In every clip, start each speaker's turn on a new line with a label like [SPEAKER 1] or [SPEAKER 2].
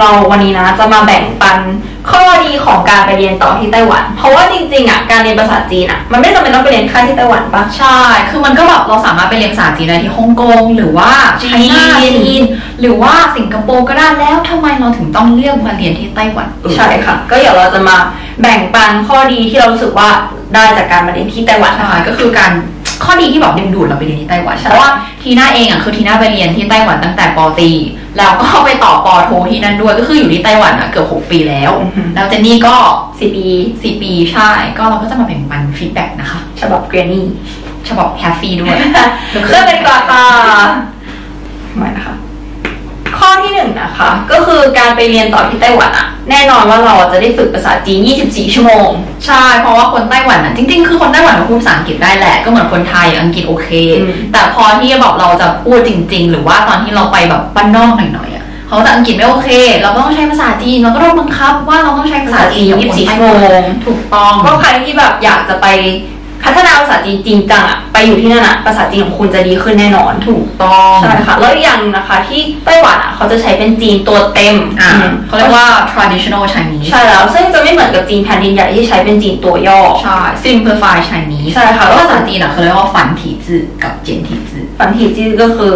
[SPEAKER 1] เราวันนี้นะจะมาแบ่งปันข้อดีของการไปเรียนต่อที่ไต้หวัน เพราะว่าจริงๆอ่ะการเรียนภาษาจีนอ่ะมันไม่จำเป็นต้องไปเรียนค่ายที่ไต้หวันปะ
[SPEAKER 2] ใช่ คือมันก็แบบเราสามารถไปเรียนภาษาจีนได้ที่ฮ่องกงหรือว่า
[SPEAKER 1] จีน
[SPEAKER 2] ไชน่าจีนหรือว่าสิงคโปร์ก็ได้แล้วทำไมเราถึงต้องเลือกมาเรียนที่ไต้หวัน
[SPEAKER 1] ใช่ค่ะ ก็เดี๋ยวเราจะมาแบ่งปันข้อดีที่เรารู้สึกว่าได้จากการมาเรียนที่ไต้หวันนะ
[SPEAKER 2] ใช่
[SPEAKER 1] คะ
[SPEAKER 2] ก็คือการข้อดีที่แบบดึงดูดเราไปเรียนที่ไต้หวัน
[SPEAKER 1] ใช่
[SPEAKER 2] เพราะว่าทีน่าเองอ่ะคือทีน่าไปเรียนที่ไต้หวันตั้งแต่ปตรีแล้วก็ไปต่อปอโทที่นั่นด้วยก็คืออยู่ที่ไต้หวันอ่ะเกือบหกปีแล้ว แล้วเจนนี่ก็
[SPEAKER 1] สี่ปี
[SPEAKER 2] สี่ปีใช่ก็เราก็จะมาแบ่งปันฟีดแบ็กนะคะ
[SPEAKER 1] ฉบับเกรนี่
[SPEAKER 2] ฉบับแคฟฟี่ด้วย
[SPEAKER 1] เริ่มเลยดีกว่าค่ะไม่นะคะ ข้อที่หนึ่งนะคะ ก็คือการไปเรียนต่อที่ไต้หวันอะแน่นอนว่าเราจะได้ฝึกภาษาจีน 24 ชั่วโมง
[SPEAKER 2] ใช่ เพราะว่าคนไต้หวันน่ะจริงๆ คือคนไต้หวันเขาพูดภาษาอังกฤษได้แหละ ก็เหมือนคนไทยอังกฤษโอเค
[SPEAKER 1] อืม
[SPEAKER 2] แต่พอที่แบบเราจะพูดจริง ๆ หรือว่าตอนที่เราไปแบบบ้านนอกหน่อยๆอ่ะเขาจะอังกฤษไม่โอเค เราก็ต้องใช้ภาษาจีนเราก็ต้องบังคับว่าเราต้องใช้ภาษาจีน24ชั่วโมงถูกต้อง
[SPEAKER 1] ก็ใครที่แบบอยากจะไปพัฒนาภาษาจีนจริงจังอะไปอยู่ที่นั่นอะภาษาจีนของคุณจะดีขึ้นแน่นอน
[SPEAKER 2] ถูกต้อง
[SPEAKER 1] ใช่ค่ะแล้วอีกอย่างหนึ่งนะคะ ที่ไต้หวันอ่ะเขาจะใช้เป็นจีนตัวเต็ม
[SPEAKER 2] อ่า
[SPEAKER 1] อืม
[SPEAKER 2] เขาเรียกว่า traditional Chinese
[SPEAKER 1] ใช่แล้ว ซึ่งจะไม่เหมือนกับจีนแผ่นดินใหญ่ที่ใช้เป็นจีนตัวย่อ
[SPEAKER 2] ใช่ simplified Chinese
[SPEAKER 1] ใช่ค่ะ
[SPEAKER 2] แล้ว
[SPEAKER 1] ก็
[SPEAKER 2] ภา
[SPEAKER 1] คือ
[SPEAKER 2] ษาจีนอ่ะเขาเรียกว่าฝัน体字กับเจน体字
[SPEAKER 1] ฝันถีจีนก็คือ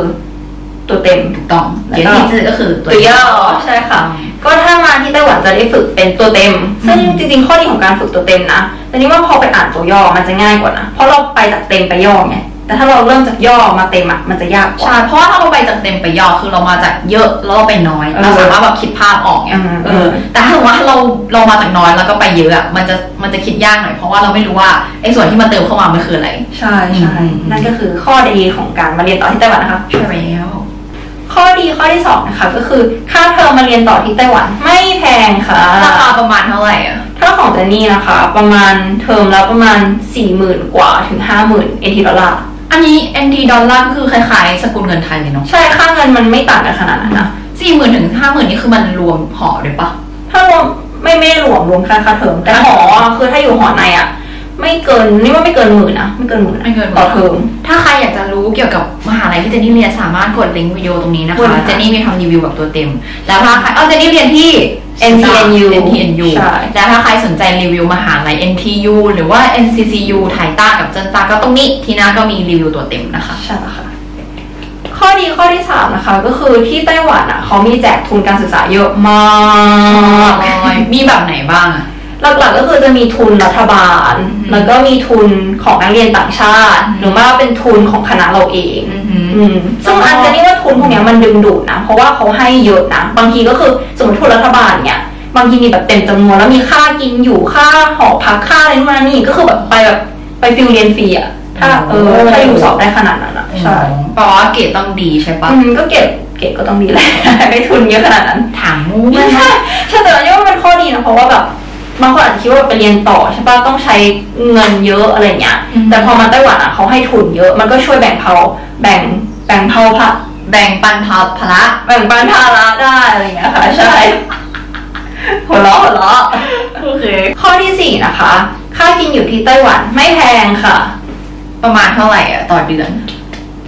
[SPEAKER 1] ตัวเต็ม
[SPEAKER 2] ถูกต้อง
[SPEAKER 1] แล้วก็
[SPEAKER 2] เจน体字ก็คือตัวย่อ
[SPEAKER 1] ใช่ค่ะ ก็ถ้ามาที่ไต้หวันจะได้ฝึกเป็นตัวเต็ม ซึ่ง
[SPEAKER 2] อืม
[SPEAKER 1] จริงๆข้อดีของการฝึกตัวเต็มนะแต่นี่ว่าพอไปอ่านตัวย่อมันจะง่ายกว่านะ เพราะเราไปจากเต็มไปย่อไง แต่ถ้าเราเริ่มจากย่อมาเต็มอะมันจะยากกว่า
[SPEAKER 2] ใช่ เพราะว่าถ้าเราไปจากเต็มไปยอคือเรามาจากเยอะแล้วเราไปน้อย
[SPEAKER 1] เออ
[SPEAKER 2] เราสามารถแบบคิดภาพออกเนี่ย
[SPEAKER 1] อืม
[SPEAKER 2] เออ แต่ถ้าสมมติว่าเราเรามาจากน้อยแล้วก็ไปเยอะอะมันจะมันจะคิดยากหน่อยเพราะว่าเราไม่รู้ว่าไอ้ส่วนที่มันเติมเข้ามามันคืออะไร
[SPEAKER 1] ใช่ใช่
[SPEAKER 2] อืม
[SPEAKER 1] นั่นก็คือข้อดีของการมาเรียนต่อที่ไต้หวันนะคะ
[SPEAKER 2] ใช่แล้ว
[SPEAKER 1] ข้อดีข้อที่สองนะคะก็คือค่าเทอมมาเรียนต่อที่ไต้หวันไม่แพงค่ะ
[SPEAKER 2] ราคาประมาณเท่าไหร่อะ
[SPEAKER 1] ถ้าของเจนนี่นะคะ ประมาณเทอมแล้วประมาณ4ี่หมื่นกว่าถึงห้าหมื่นเอทีดอลลาร์
[SPEAKER 2] อันนี้ NT ดอลลาร์ก็คือคล้ายๆ สกุลเงินไทยเลยเนาะ
[SPEAKER 1] ใช่ค่าเงินมันไม่ต่างกันขนาดนั้นนะ
[SPEAKER 2] สี่หมื่นถึงห้าหมื่นนี่คือมันรวมหอด้วยปะ
[SPEAKER 1] ถ้ารวมไม่ไม่รวมรวมค่าค่าเทอมแต่หอคือถ้าอยู่หอในอะไม่เกินนี่ว่าไม่เกินหมื่นนะไม่เกินหมื่นนะ
[SPEAKER 2] ไม่เกิน
[SPEAKER 1] ต่อเทอม
[SPEAKER 2] ถ้าใครอยากจะรู้เกี่ยวกับมหาลัยที่เจนนี่เรียนสามารถกดลิงก์วิดีโอตรงนี้นะ
[SPEAKER 1] กด
[SPEAKER 2] คะ
[SPEAKER 1] ค่ะ
[SPEAKER 2] เจนนี่มีทำรีวิวแบบตัวเต็ม แล้วถ้าใครเออเจนนี่เรียนที่
[SPEAKER 1] NTNU
[SPEAKER 2] NTNU
[SPEAKER 1] ใช่
[SPEAKER 2] แล้วถ้าใครสนใจรีวิวมหาลัย NTU หรือว่า NCCU ไทยต้ากับเจนต้าก็ตรงนี้ทีน่าก็มีรีวิวตัวเต็มนะคะ
[SPEAKER 1] ใช่แล้วค่ะ ข้อดีข้อที่สามนะคะ ก็คือที่ไต้หวันอะเขามีแจกทุนการศึกษาเยอะมาก
[SPEAKER 2] มีแบบไหนบ้างอะ
[SPEAKER 1] หลักๆก็คือจะมีทุนรัฐบาล
[SPEAKER 2] อืม
[SPEAKER 1] แล้วก็มีทุนของนักเรียนต่างชาติ
[SPEAKER 2] อืม
[SPEAKER 1] หรือว่าเป็นทุนของคณะเราเอง อืมซึ่ง
[SPEAKER 2] อ๋ออั
[SPEAKER 1] อันจะนี่ว่าทุนพวกเนี้ยมันดึงดูดนะ เพราะว่าเขาให้เยอะนะ บางทีก็คือสมมติทุนรัฐบาลเนี่ย บางทีมีแบบเต็มจำนวนแล้วมีค่ากินอยู่ค่าหอพักค่าอะไรนู่นนั่นนี่ก็คือแบบไปแบบไปฟิลเรียนฟรีอะถ้าเออถ้าอยู่สอบได้ขนาดนั้นอะใช่
[SPEAKER 2] แปลว่าเกรดต้องดีใช่ปะ
[SPEAKER 1] อืมก็เก็บเก็บก็ต้องดีแหละ ได้ทุนเยอะขนาดนั้น
[SPEAKER 2] ถามมู
[SPEAKER 1] ใช่
[SPEAKER 2] มัน
[SPEAKER 1] ใช่แต่อันนี้ว่ามันเป็นข้อดีนะเพราะว่าแบบบางคนอาจจะคิดว่าไปเรียนต่อใช่ป่ะต้องใช้เงินเยอะอะไรเงี้ย
[SPEAKER 2] อืม
[SPEAKER 1] แต่พอมาไต้หวันอ่ะเขาให้ทุนเยอะ มันก็ช่วยแบ่งเผาแบ่งแบ่งเผาพะ
[SPEAKER 2] แบ่งปันพาพละ
[SPEAKER 1] แบ่งปันภาระได้อะไรเงี้ยค่ะใช่หัวเราะหัวเราะ
[SPEAKER 2] โอเค
[SPEAKER 1] ข้อที่สี่นะคะ ค่ากินอยู่ที่ไต้หวันไม่แพงค่ะ
[SPEAKER 2] ประมาณเท่าไหร่อะต่อเดือน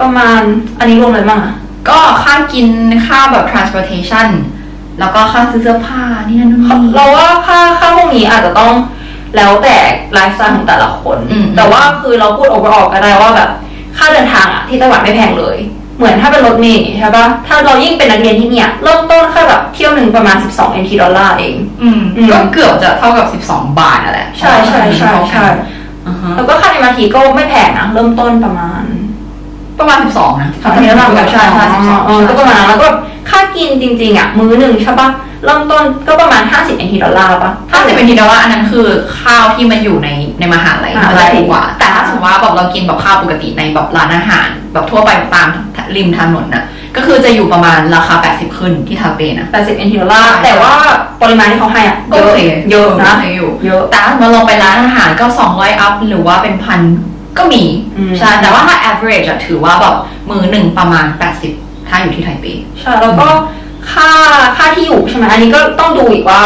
[SPEAKER 1] ประมาณอันนี้รวมเลยมั้งอะ
[SPEAKER 2] ก็ค่ากินค่าแบบ transportation แล้วก็ค่าซื้อเสื้อผ้านี่นั่นนู่นนี่
[SPEAKER 1] เราว่าค่าค่าพวกนี้อาจจะต้องแล้วแต่ไลฟ์สไตล์ของแต่ละคน
[SPEAKER 2] อืม
[SPEAKER 1] แต่ว่าคือเราพูด overall ก็ได้ว่าแบบค่าเดินทางอะที่ไต้หวันไม่แพงเลย เหมือนถ้าเป็นรถเมล์ใช่ปะถ้าเรายิ่งเป็นนักเรียนที่เนี่ยเริ่มต้นค่าแบบเที่ยวหนึ่งประมาณ 12 NT ดอลลาร์เอง
[SPEAKER 2] อืม
[SPEAKER 1] อืม
[SPEAKER 2] ก็เกือบจะเท่ากับ 12 บาทนั่นแหละ
[SPEAKER 1] ใช่ใช่ใช่ใช่
[SPEAKER 2] อ่าฮะ
[SPEAKER 1] แล้วก็ค่าในมาทีก็ไม่แพงนะเริ่มต้นประมาณ
[SPEAKER 2] ประมาณ 12 นะ
[SPEAKER 1] สามสิบดอลลาร์
[SPEAKER 2] ใช่ใช่
[SPEAKER 1] เออก็ประมาณนั้นแล้วก็ค่ากินจริงๆอะมื้อหนึ่งใช่ปะเริ่มต้นก็ประมาณ 50 NT ดอลลาร์ปะ
[SPEAKER 2] ถ้าจะเป็นทีเดียวว่าอันนั้นคือข้าวที่มันอยู่ในในมหาลัย
[SPEAKER 1] มหา
[SPEAKER 2] มัน
[SPEAKER 1] ลั
[SPEAKER 2] จะ
[SPEAKER 1] ย
[SPEAKER 2] ถูกกว่า แต่ถ้าสมมติว่าแบบเรากินแบบข้าวปกติในแบบร้านอาหาร แบบทั่วไปตามริมถนนน่ะ ก็คือจะอยู่ประมาณราคา 80 ขึ้นที่ทาเปนะ
[SPEAKER 1] 80 NT ดอลลาร์แต่ว่าปริมาณที่เขาให้อะ
[SPEAKER 2] ก็โอเค
[SPEAKER 1] เยอะนะ
[SPEAKER 2] โเคอยู่
[SPEAKER 1] เยอะ
[SPEAKER 2] แต่ถ้าเราลองไปร้านอาหารก็ 200 อัพ หรือว่าเป็นพันก็มี
[SPEAKER 1] อืม
[SPEAKER 2] ใช่แต่ว่าถ้า average อะถือว่าแบบมือหนึ่งประมาณ 80 ถ้าอยู่ที่ไทเป
[SPEAKER 1] ใช่แล้วก็ค่าค่าที่อยู่ใช่ไหมอันนี้ก็ต้องดูอีกว่า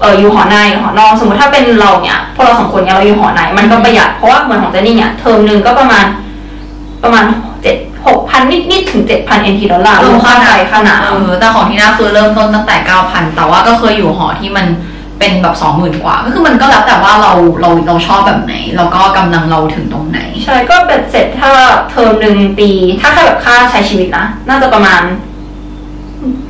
[SPEAKER 1] เอออยู่หอในหรือหอนอกสมมติถ้าเป็นเราเนี่ยพวกเราสองคนเนี่ยเราอยู่หอในมันก็ประหยัดเพราะว่าเหมือนของเจนนี่เนี่ยเทอมหนึ่งก็ประมาณประมาณเจ็ด หกพันนิดๆถึงเจ็ดพันเอ็นทีดอลลาร์รวมค่าไฟค่าน้
[SPEAKER 2] เออแต่ของที่น่าคือเริ่มต้นตั้งแต่เก้าพันแต่ว่าก็เคยอยู่หอที่มันเป็นแบบสองหมื่นกว่า ก็คือมันก็แล้วแต่ว่าเราเราเราชอบแบบไหน แล้วก็กำลังเราถึงตรงไหน
[SPEAKER 1] ำใช่ก็เป็นเสร็จถ้าเทอมหนึ่งปี ถ้าแค่แบบค่าใช้ชีวิตนะ น่าจะประมาณ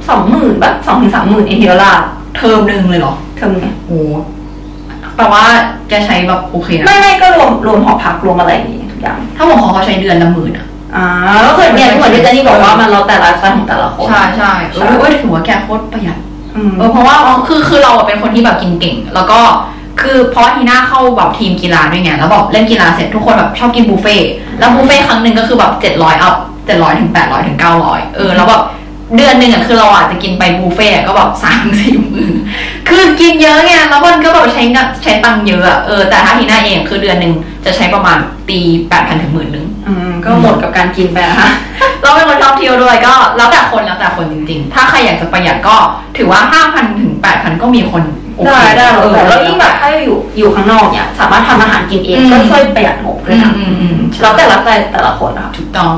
[SPEAKER 1] สองหมื่นบาทสองถึงสามหมื่นเอ็นทีดอลลาร์
[SPEAKER 2] เทอมหนึ่งเลยเหรอ
[SPEAKER 1] เทอมเนี่ย
[SPEAKER 2] โอ้แปลว่าจะใช้แบบโอเคนะ
[SPEAKER 1] ไม่ไม่ก็รวมรวมหอพักรวมอะไรอย่างงี้ทุกอย่าง
[SPEAKER 2] ถ้าผมขอเขาใช้เดือนละหมื่นอ่ะ
[SPEAKER 1] อ่าก็คือเนี่ยเหมือนที่เจนนี่บอกว่ามันแล้วแต่ไลฟ์สไตล์ของแต่ละคน
[SPEAKER 2] ใช่ใช่
[SPEAKER 1] ใช่
[SPEAKER 2] เออเว้ยถือว่าแกโคตรประหยัด
[SPEAKER 1] อืม
[SPEAKER 2] เออเพราะว่าอ๋อคือคือเราอะเป็นคนที่แบบกินเก่ง แล้วก็คือเพราะว่าทีน่าเข้าแบบทีมกีฬาด้วยไงแล้วแบบเล่นกีฬาเสร็จทุกคนแบบชอบกินบุฟเฟ่ต์แล้วบุฟเฟ่ต์ครั้งหนึ่งก็คือแบบเจ็ดร้อยอัพเจ็ดร้อยถึงแปดร้อยถึงเก้าร้อยเออแล้วแบบเดือนหนึ่งอ่ะคือเราอาจจะกินไปบุฟเฟ่ต์อะก็แบบ สามสี่มื้อคือกินเยอะไงแล้วมันก็แบบใช้เงินใช้ตังค์เยอะอะเออแต่ถ้าทีน่าเองคือเดือนหนึ่งจะใช้ประมาณตีแปดพันถึงหมื่นหนึ่ง
[SPEAKER 1] อืมก็หมดกับการกินไปนะคะ
[SPEAKER 2] เราเป็นคนชอบเที่ยวด้วยก็แล้วแต่คนแล้วแต่คนจริงๆ ถ้าใครอยากจะประหยัดก็ถือว่าห้าพันถึงแปดพันก็มีคนโอเค
[SPEAKER 1] ได้ได้
[SPEAKER 2] เออ
[SPEAKER 1] แต่แล้วยิ่งแบบถ้าอยู่อยู่ข้างนอกเนี่ย สามารถทำอาหารกินเอง
[SPEAKER 2] อืม
[SPEAKER 1] ก็ช่วยประหยัดงบด้วยนะแล้วแต่ละแต่แต่ละคนนะคะ
[SPEAKER 2] ถูกต้อง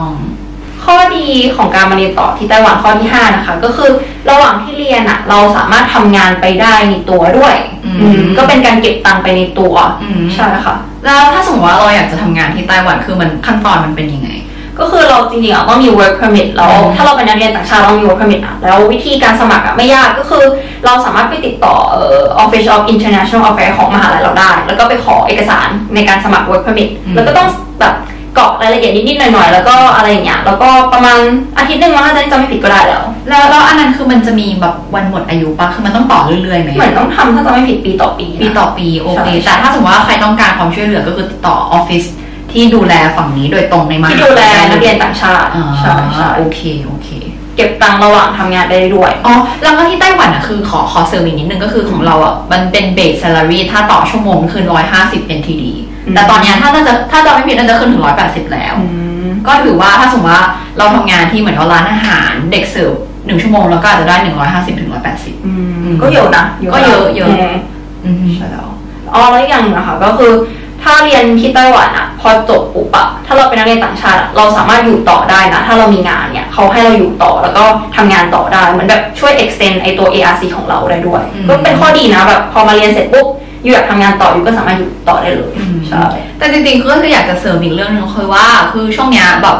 [SPEAKER 1] ข้อดีของการมาเรียนต่อที่ไต้หวันข้อที่ห้านะคะ ก็คือระหว่างที่เรียนอะเราสามารถทำงานไปได้ในตัวด้วย
[SPEAKER 2] อืม
[SPEAKER 1] อืมก็เป็นการเก็บตังค์ไปในตัว
[SPEAKER 2] อืม
[SPEAKER 1] ใช่ค่ะ
[SPEAKER 2] แล้วถ้าสมมติว่าเราอยากจะทำงานที่ไต้หวันคือมันขั้นตอนมันเป็นยังไง
[SPEAKER 1] ก็คือเราจริงๆอ่ะต้องมี work permit แล้ว
[SPEAKER 2] อืม
[SPEAKER 1] ถ้าเราเป็นนักเรียนต่างชาติเรามี work permit อ่ะแล้ววิธีการสมัครอ่ะไม่ยากก็คือ เราสามารถไปติดต่อเอ่อ Office of International Affairs ของมหาลัยเราได้ แล้วก็ไปขอเอกสารในการสมัคร work permit
[SPEAKER 2] อืม
[SPEAKER 1] แล้วก็ต้องแบบกรอกรายละเอียดนิดๆหน่อยๆ แล้วก็อะไรอย่างเงี้ยแล้วก็ประมาณอาทิตย์หนึ่งมันน่าจะจำไม่ผิดก็ได้แล้ว
[SPEAKER 2] แล้วแล้วอันนั้นคือมันจะมีแบบวันหมดอายุปะคือมันต้องต่อเรื่อยๆไหม
[SPEAKER 1] เหมือนต้องทำถ้าจำไม่ผิดปีต่อปีนะ
[SPEAKER 2] ปีต่อปีโอเค
[SPEAKER 1] ใช่
[SPEAKER 2] แต่ถ้าสมมติว่าใครต้องการความช่วยเหลือก็คือติดต่อออฟฟิศที่ดูแลฝั่งนี้โดยตรงในมหา
[SPEAKER 1] ที่ดูแลนักเรียนต่างชาติ
[SPEAKER 2] อ่า
[SPEAKER 1] ใช่ใช่
[SPEAKER 2] โอเคโอเค
[SPEAKER 1] เก็บตังค์ระหว่างทำงานได้ด้วย
[SPEAKER 2] อ๋อ แล้วก็ที่ไต้หวันอ่ะคือขอขอเซอร์วิสนิดนึงก็คือของเราอ่ะ มันเป็นเบส s ซ l a รีถ้าต่อชั่วโมงคือ 150 NTD
[SPEAKER 1] อืม
[SPEAKER 2] แต่ตอนเนี้ยถ้าเราจะถ้าเราไม่ผิดน่าจะขึ้นถึง 180 แล้ว
[SPEAKER 1] อืม
[SPEAKER 2] ก็ถือว่าถ้าสมมติว่าเราทำงานที่เหมือนว่าร้านอาหารเด็กเสิร์ฟหนึ่งชั่วโมงเราก็อาจจะได้ 150ถึง180
[SPEAKER 1] อืมก็เยอะนะ
[SPEAKER 2] ก็เยอะเยอะ
[SPEAKER 1] ม
[SPEAKER 2] อืม
[SPEAKER 1] ใช่แล้วอ๋อแล้วอีกอย่างหนงนะคะก็คือถ้าเรียนที่ไต้หวันอะพอจบปุ๊บอะถ้าเราเป็นนักเรียนต่างชาติอะเราสามารถอยู่ต่อได้นะ ถ้าเรามีงานเนี่ยเขาให้เราอยู่ต่อแล้วก็ทำงานต่อได้เหมือนแบบช่วย extend ไอตัว ARC ของเราได้ด้วย ก็เป็นข้อดีนะแบบพอมาเรียนเสร็จปุ๊บอยู่อยากทำงานต่ออยู่ก็สามารถอยู่ต่อได้เลยใช่
[SPEAKER 2] แต่จริงๆก็คืออยากจะเสริมอีกเรื่องหนึงคือว่าคือช่วงเนี้ยแบบ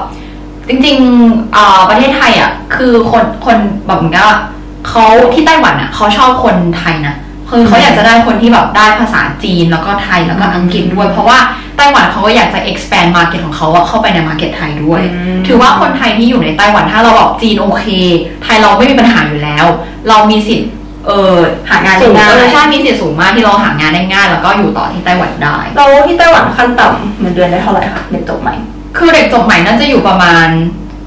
[SPEAKER 2] จริงๆเอ่อประเทศไทยอ่ะคือคนคนแบบเหมือนกับว่าเขาที่ไต้หวันอ่ะเขาชอบคนไทยนะคือเขาอยากจะได้คนที่แบบได้ภาษาจีนแล้วก็ไทยแล้วก็อังกฤษด้วย เพราะว่าไต้หวันเขาก็อยากจะ expand market ของเขาอะเข้าไปใน market ไทยด้วย
[SPEAKER 1] อืม
[SPEAKER 2] ถือว่าคนไทยที่อยู่ในไต้หวันถ้าเราบอกจีนโอเค ไทยเราไม่มีปัญหาอยู่แล้ว เรามีสิทธิ์เออ
[SPEAKER 1] หางาน
[SPEAKER 2] สู
[SPEAKER 1] ได้
[SPEAKER 2] ง
[SPEAKER 1] ง่าย
[SPEAKER 2] เออใช่มีสิทธิ์สูงมากที่เราหางานได้ง่าย แล้วก็อยู่ต่อที่ไต้หวันได้
[SPEAKER 1] เราที่ไต้หวันขั้นต่ำเงินเดือนได้เท่าไหร่คะเรียนจบใหม่
[SPEAKER 2] คือเด็กจบใหม่น่าจะอยู่ประมาณ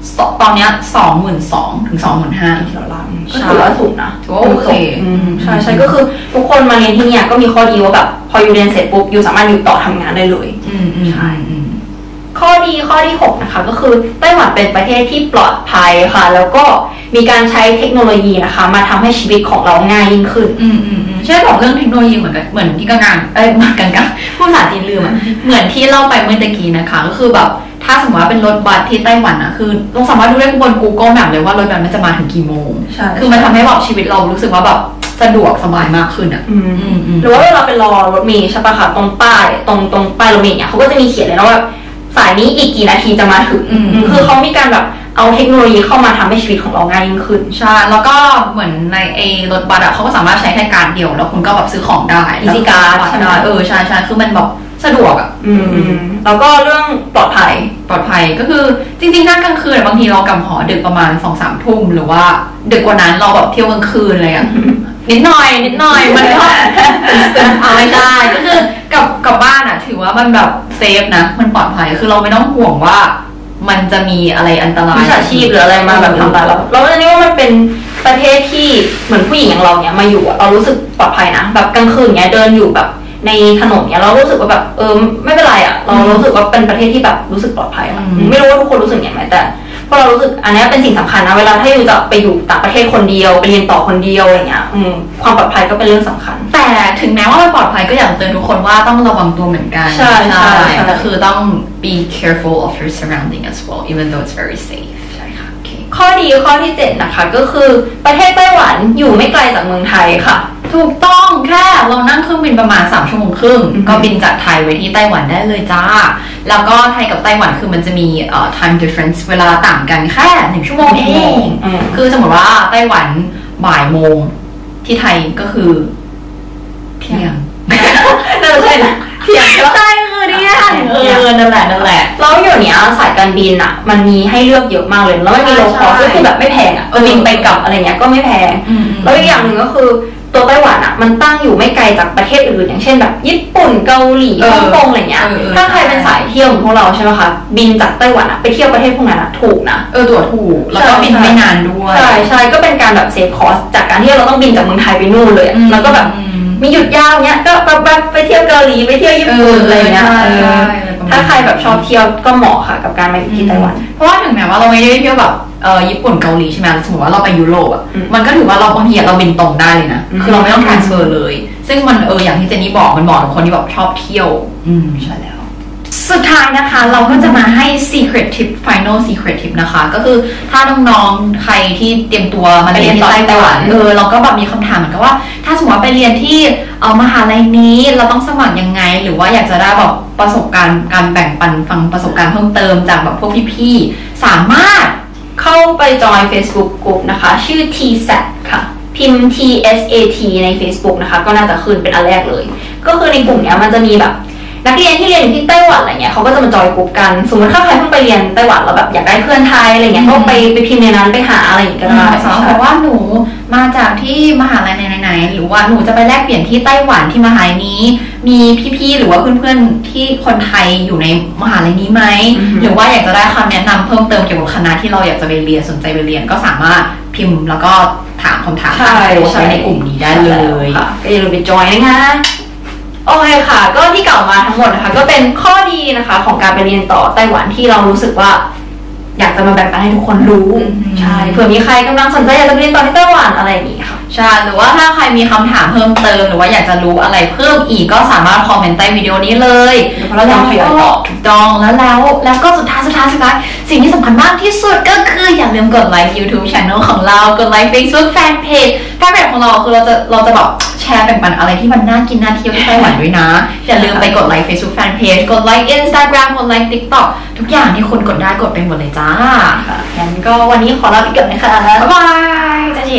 [SPEAKER 2] สตอนเนี้สองหมื่นสองถึงสองหมื่นห้า
[SPEAKER 1] ที่เราล่าง
[SPEAKER 2] ใช่
[SPEAKER 1] ก็ถือว่าสูงนะ
[SPEAKER 2] ถือว่าโอเค
[SPEAKER 1] อืมใช่ใช่ก็คือทุกคนมาเรียนที่เนี่ยก็มีข้อดีว่าแบบพออยู่เรียนเสร็จปุ๊บอยู่สามารถอยู่ต่อทำงานได้เลย
[SPEAKER 2] อืมอืม
[SPEAKER 1] ใช่
[SPEAKER 2] อืม
[SPEAKER 1] ข้อดีข้อที่หกนะคะก็คือไต้หวันเป็นประเทศที่ปลอดภัยค่ะ แล้วก็มีการใช้เทคโนโลยีนะคะ มาทำให้ชีวิตของเราง่ายยิ่งขึ้น
[SPEAKER 2] อืมอืมอืมใช่บอกเรื่องเทคโนโลยีเหมือนกันเหมือนที่กังกังเอ้ยเหมือนกังกังพูดภาษาจีนลืมอ่ะเหมือนที่เล่าไปเมื่อตะกี้นะคะ ก็คือแบบถ้าสมมติว่าเป็นรถบัสที่ไต้หวันอ่ะคือต้องสามารถดูได้บน Google Map เลยว่ารถบัสมันจะมาถึงกี่โมง
[SPEAKER 1] ใช่
[SPEAKER 2] คือมันทำให้แบบชีวิตเรารู้สึกว่าแบบสะดวกสบายมากขึ้นอ่ะ
[SPEAKER 1] อืม
[SPEAKER 2] อืมอืม
[SPEAKER 1] หรือว่าเวลาไปรอรถเมล์ใช่ปะคะตรงป้ายตรงตรงป้ายรถเมล์เนี่ยเขาก็จะมีเขียนเลยนะว่าสายนี้อีกกี่นาทีจะมาถึง
[SPEAKER 2] อืม
[SPEAKER 1] คือเขามีการแบบเอาเทคโนโลยีเข้ามาทำให้ชีวิตของเราง่ายยิ่งขึ้น
[SPEAKER 2] ใช่ แล้วก็เหมือนในไอ้รถบัสอะเขาก็สามารถใช้แค่การดเดียว แล้วคุณก็แบบซื้อของได้
[SPEAKER 1] Easy Card
[SPEAKER 2] แล้ว
[SPEAKER 1] ใช่ไหม
[SPEAKER 2] ได้เออ ใช่ใช่คือมันแบบสะดวกอะ
[SPEAKER 1] อืมแล้วก็เรื่องปลอดภัย
[SPEAKER 2] ปลอดภัยก็คือจริงๆนั่งกลางคืนอะบางทีเรากำหอดึกประมาณสองสามทุ่ม หรือว่าดึกกว่านั้นเราแบบเที่ยวกลางคืนอะไร อะนิดหน่อย นิดหน่อยมันก็ เอาไม่ได้ก็คือกับกับบ้านอะถือว่ามันแบบเซฟนะ มันปลอดภัยคือเราไม่ต้องห่วงว่า มันจะมีอะไรอันตราย
[SPEAKER 1] วิชาชีพหรืออะไรมาแบบทำร้ายเราเราก็จะนึกว่ามันเป็นประเทศที่เหมือนผู้หญิงอย่างเราเนี่ยมาอยู่อะเรารู้สึกปลอดภัยนะแบบกลางคืนเนี่ยเดินอยู่แบบในถนนเนี่ยเรารู้สึกว่าแบบเออไม่เป็นไรอะเรารู้สึกว่าเป็นประเทศที่แบบรู้สึกปลอดภัยอะ
[SPEAKER 2] อืม
[SPEAKER 1] ไม่รู้ว่าทุกคนรู้สึกอย่างไรแต่ เพราะเรารู้สึกอันเนี้ยเป็นสิ่งสำคัญนะเวลาถ้าอยู่จะไปอยู่ต่างประเทศคนเดียวไปเรียนต่อคนเดียวอะไรเงี้ยอืมความปลอดภัยก็เป็นเรื่องสำคัญ
[SPEAKER 2] แต่ถึงแม้ว่ามันปลอดภัยก็อยากเตือนทุกคนว่าต้องระวังตัวเหมือนกัน
[SPEAKER 1] ใช่ใช่ใช่
[SPEAKER 2] ก็คือต้อง be careful of your surrounding as well even though it's very safe ใช่ค่ะโอเค
[SPEAKER 1] ข้อดีข้อที่เจ็ดนะคะก็คือประเทศไต้หวันอยู่ไม่ไกลจากเมืองไทยค่ะ
[SPEAKER 2] ถูกต้องแค่เรานั่งเครื่องบินประมาณ 3 ชั่วโมงครึ่ง
[SPEAKER 1] อือฮึ
[SPEAKER 2] ก็บินจากไทยไปที่ไต้หวันได้เลยจ้า แล้วก็ไทยกับไต้หวันคือมันจะมีเอ่อ time difference เวลาต่างกันแค่หนึ่งชั่วโมงเอ
[SPEAKER 1] หนึ่งชั่วโม
[SPEAKER 2] ง
[SPEAKER 1] งอืม
[SPEAKER 2] คือสมมติว่าไต้หวันบ่ายโมง ที่ไทยก็คือเที่ยง
[SPEAKER 1] น่าจะใช่นะเที่ยงใช่ปะ
[SPEAKER 2] ใช่คือเนี่ยเออนั่นแหละนั่นแหละ
[SPEAKER 1] แล้วเดี๋ยวเนี้ยสายการบินอะมันมีให้เลือกเยอะมากเลย แล้วมันมี
[SPEAKER 2] ใช่
[SPEAKER 1] โลคอส
[SPEAKER 2] ใช่
[SPEAKER 1] ก็คือแบบไม่แพงอะ
[SPEAKER 2] เออ
[SPEAKER 1] บินไปกลับอะไรเงี้ยก็ไม่แพง
[SPEAKER 2] อืมอืม
[SPEAKER 1] แล้วอีกอย่างหนึ่งก็คือตัวไต้หวันอะมันตั้งอยู่ไม่ไกลจากประเทศอื่นอย่างเช่นแบบ ญี่ปุ่นเกาหลีฮ่องกงอะไรเงี้ยถ้าใครเป็นสายเที่ยวเหมือนพวกเราใช่ไหมคะบินจากไต้หวันอะไปเที่ยวประเทศพวกนั้นอะถูกนะ
[SPEAKER 2] เออตั๋วถูก แล้วก็
[SPEAKER 1] ใช่
[SPEAKER 2] บิน
[SPEAKER 1] ใช่
[SPEAKER 2] ไม่นานด้วย
[SPEAKER 1] ใช่ใช่ก็เป็นการแบบเซฟคอสจากการที่เราต้องบินจากเมืองไทยไปนู่นเลยอะ
[SPEAKER 2] อืม
[SPEAKER 1] แล้วก็แบบ
[SPEAKER 2] อืม
[SPEAKER 1] มีหยุดยาวเนี้ยก็แบบแบบไปเที่ยวเกาหลีไปเที่ยวญี่ปุ่น
[SPEAKER 2] เอออ
[SPEAKER 1] อะไรเงี้ย
[SPEAKER 2] ใช่ใช่
[SPEAKER 1] เออ
[SPEAKER 2] ประมาณนั้น
[SPEAKER 1] ถ้าใครแบบชอบเที่ยวก็เหมาะค่ะ กับการมาอยู่ที่ไต้หวัน
[SPEAKER 2] เพราะว่าถึงแม้ว่าเราไม่ได้เที่ยวแบบเออญี่ปุ่นเกาหลีใช่ไหมสมมติว่าเราไปยุโรปอ่ะ
[SPEAKER 1] อืม
[SPEAKER 2] มันก็ถือว่าเราบางทีอะเราบินตรงได้เลยนะ
[SPEAKER 1] อืม
[SPEAKER 2] คือเราไม่ต้อง transfer เลย ซึ่งมันเอออย่างที่เจนนี่บอกมันเหมาะกับคนที่แบบชอบเที่ยว อืมใช่แล้ว สุดท้ายนะคะเราก็จะมาให้ secret tip final secret tip นะคะ ก็คือถ้าน้องๆใครที่เตรียมตัวมาเรียนที่ไต้หวันเออเราก็แบบมีคำถามเหมือนกับว่า ถ้าสมมติว่าไปเรียนที่เออมหาลัยนี้เราต้องสมัครยังไง หรือว่าอยากจะได้แบบประสบการณ์การแบ่งปันฟังประสบการณ์เพิ่มเติมจากแบบพวกพี่ๆสามารถ
[SPEAKER 1] เข้าไปจอย Facebook กลุ่มนะคะ ชื่อ TSAT ค่ะ พิมพ์ TSAT ใน Facebook นะคะ ก็น่าจะคืนเป็นอันแรกเลย ก็คือในกลุ่มเนี้ยมันจะมีแบบ นักเรียนที่เรียนอยู่ที่ไต้หวันอะไรเงี้ยเขาก็จะมาจอยกลุ่มกัน สมมติถ้าใครเพิ่งไปเรียนไต้หวันแล้วแบบอยากได้เพื่อนไทยอะไรเงี้ย
[SPEAKER 2] อืม
[SPEAKER 1] ก็ไปไปพิมพ์ในนั้นไปหาอะไรอย่างเงี้ยก็ได้
[SPEAKER 2] สมมติบอกว่าหนูมาจากที่มหาลัยไหนๆๆหรือว่าหนูจะไปแลกเปลี่ยนที่ไต้หวันที่มหาลัยนี้ มีพี่ๆหรือว่าเพื่อนๆที่คนไทยอยู่ในมหาลัยนี้ไหมหรือว่าอยากจะได้คำแนะนำเพิ่มเติมเกี่ยวกับคณะที่เราอยากจะไปเรียนสนใจไปเรียนก็สามารถพิมพ์แล้วก็ถามคำถาม
[SPEAKER 1] ใช่
[SPEAKER 2] โพสต์
[SPEAKER 1] ใช่
[SPEAKER 2] ไว้ในกลุ่มนี้ได้เลย
[SPEAKER 1] ค่ะก็อย่าลืมไปจอยนะคะโอเคค่ะ ก็ที่กล่าวมาทั้งหมดนะคะ ก็เป็นข้อดีนะคะ ของการไปเรียนต่อไต้หวันที่เรารู้สึกว่า อยากจะมาแบ่งปันให้ทุกคนรู้ ใช่เผื่อมีใครกำลังสนใจอยากจะไปเรียนต่อที่ไต้หวันอะไรอย่างนี้ค่ะ
[SPEAKER 2] ใช่หรือว่าถ้าใครมีคำถามเพิ่มเติม หรือว่าอยากจะรู้อะไรเพิ่มอีกก็สามารถคอมเมนต์ใต้วิดีโอนี้เลย
[SPEAKER 1] เพราะเราจะทยอยตอบ
[SPEAKER 2] ถูกต้องแล้วแล้วแล้วก็สุดท้ายสุดท้ายสุดท้ายสิ่งที่สำคัญมากที่สุดก็คืออย่าลืมกดไลค์ YouTube Channel ของเรา กดไลค์ Facebook Fanpage แฟนเพจของเราคือเราจะเราจะแบบแชร์แบ่งปันอะไรที่มันน่ากินน่าเที่ยวที่ไต้หวันด้วยนะ อย่าลืมไปกดไลค์ Facebook Fanpage กดไลค์ Instagram กดไลค์ TikTok ทุกอย่างที่คุณกดได้กดไปหมดเลยจ้า
[SPEAKER 1] งั้นก็วันนี้ขอลาไปก่อนนะคะ
[SPEAKER 2] บ๊ายบาย
[SPEAKER 1] 再见。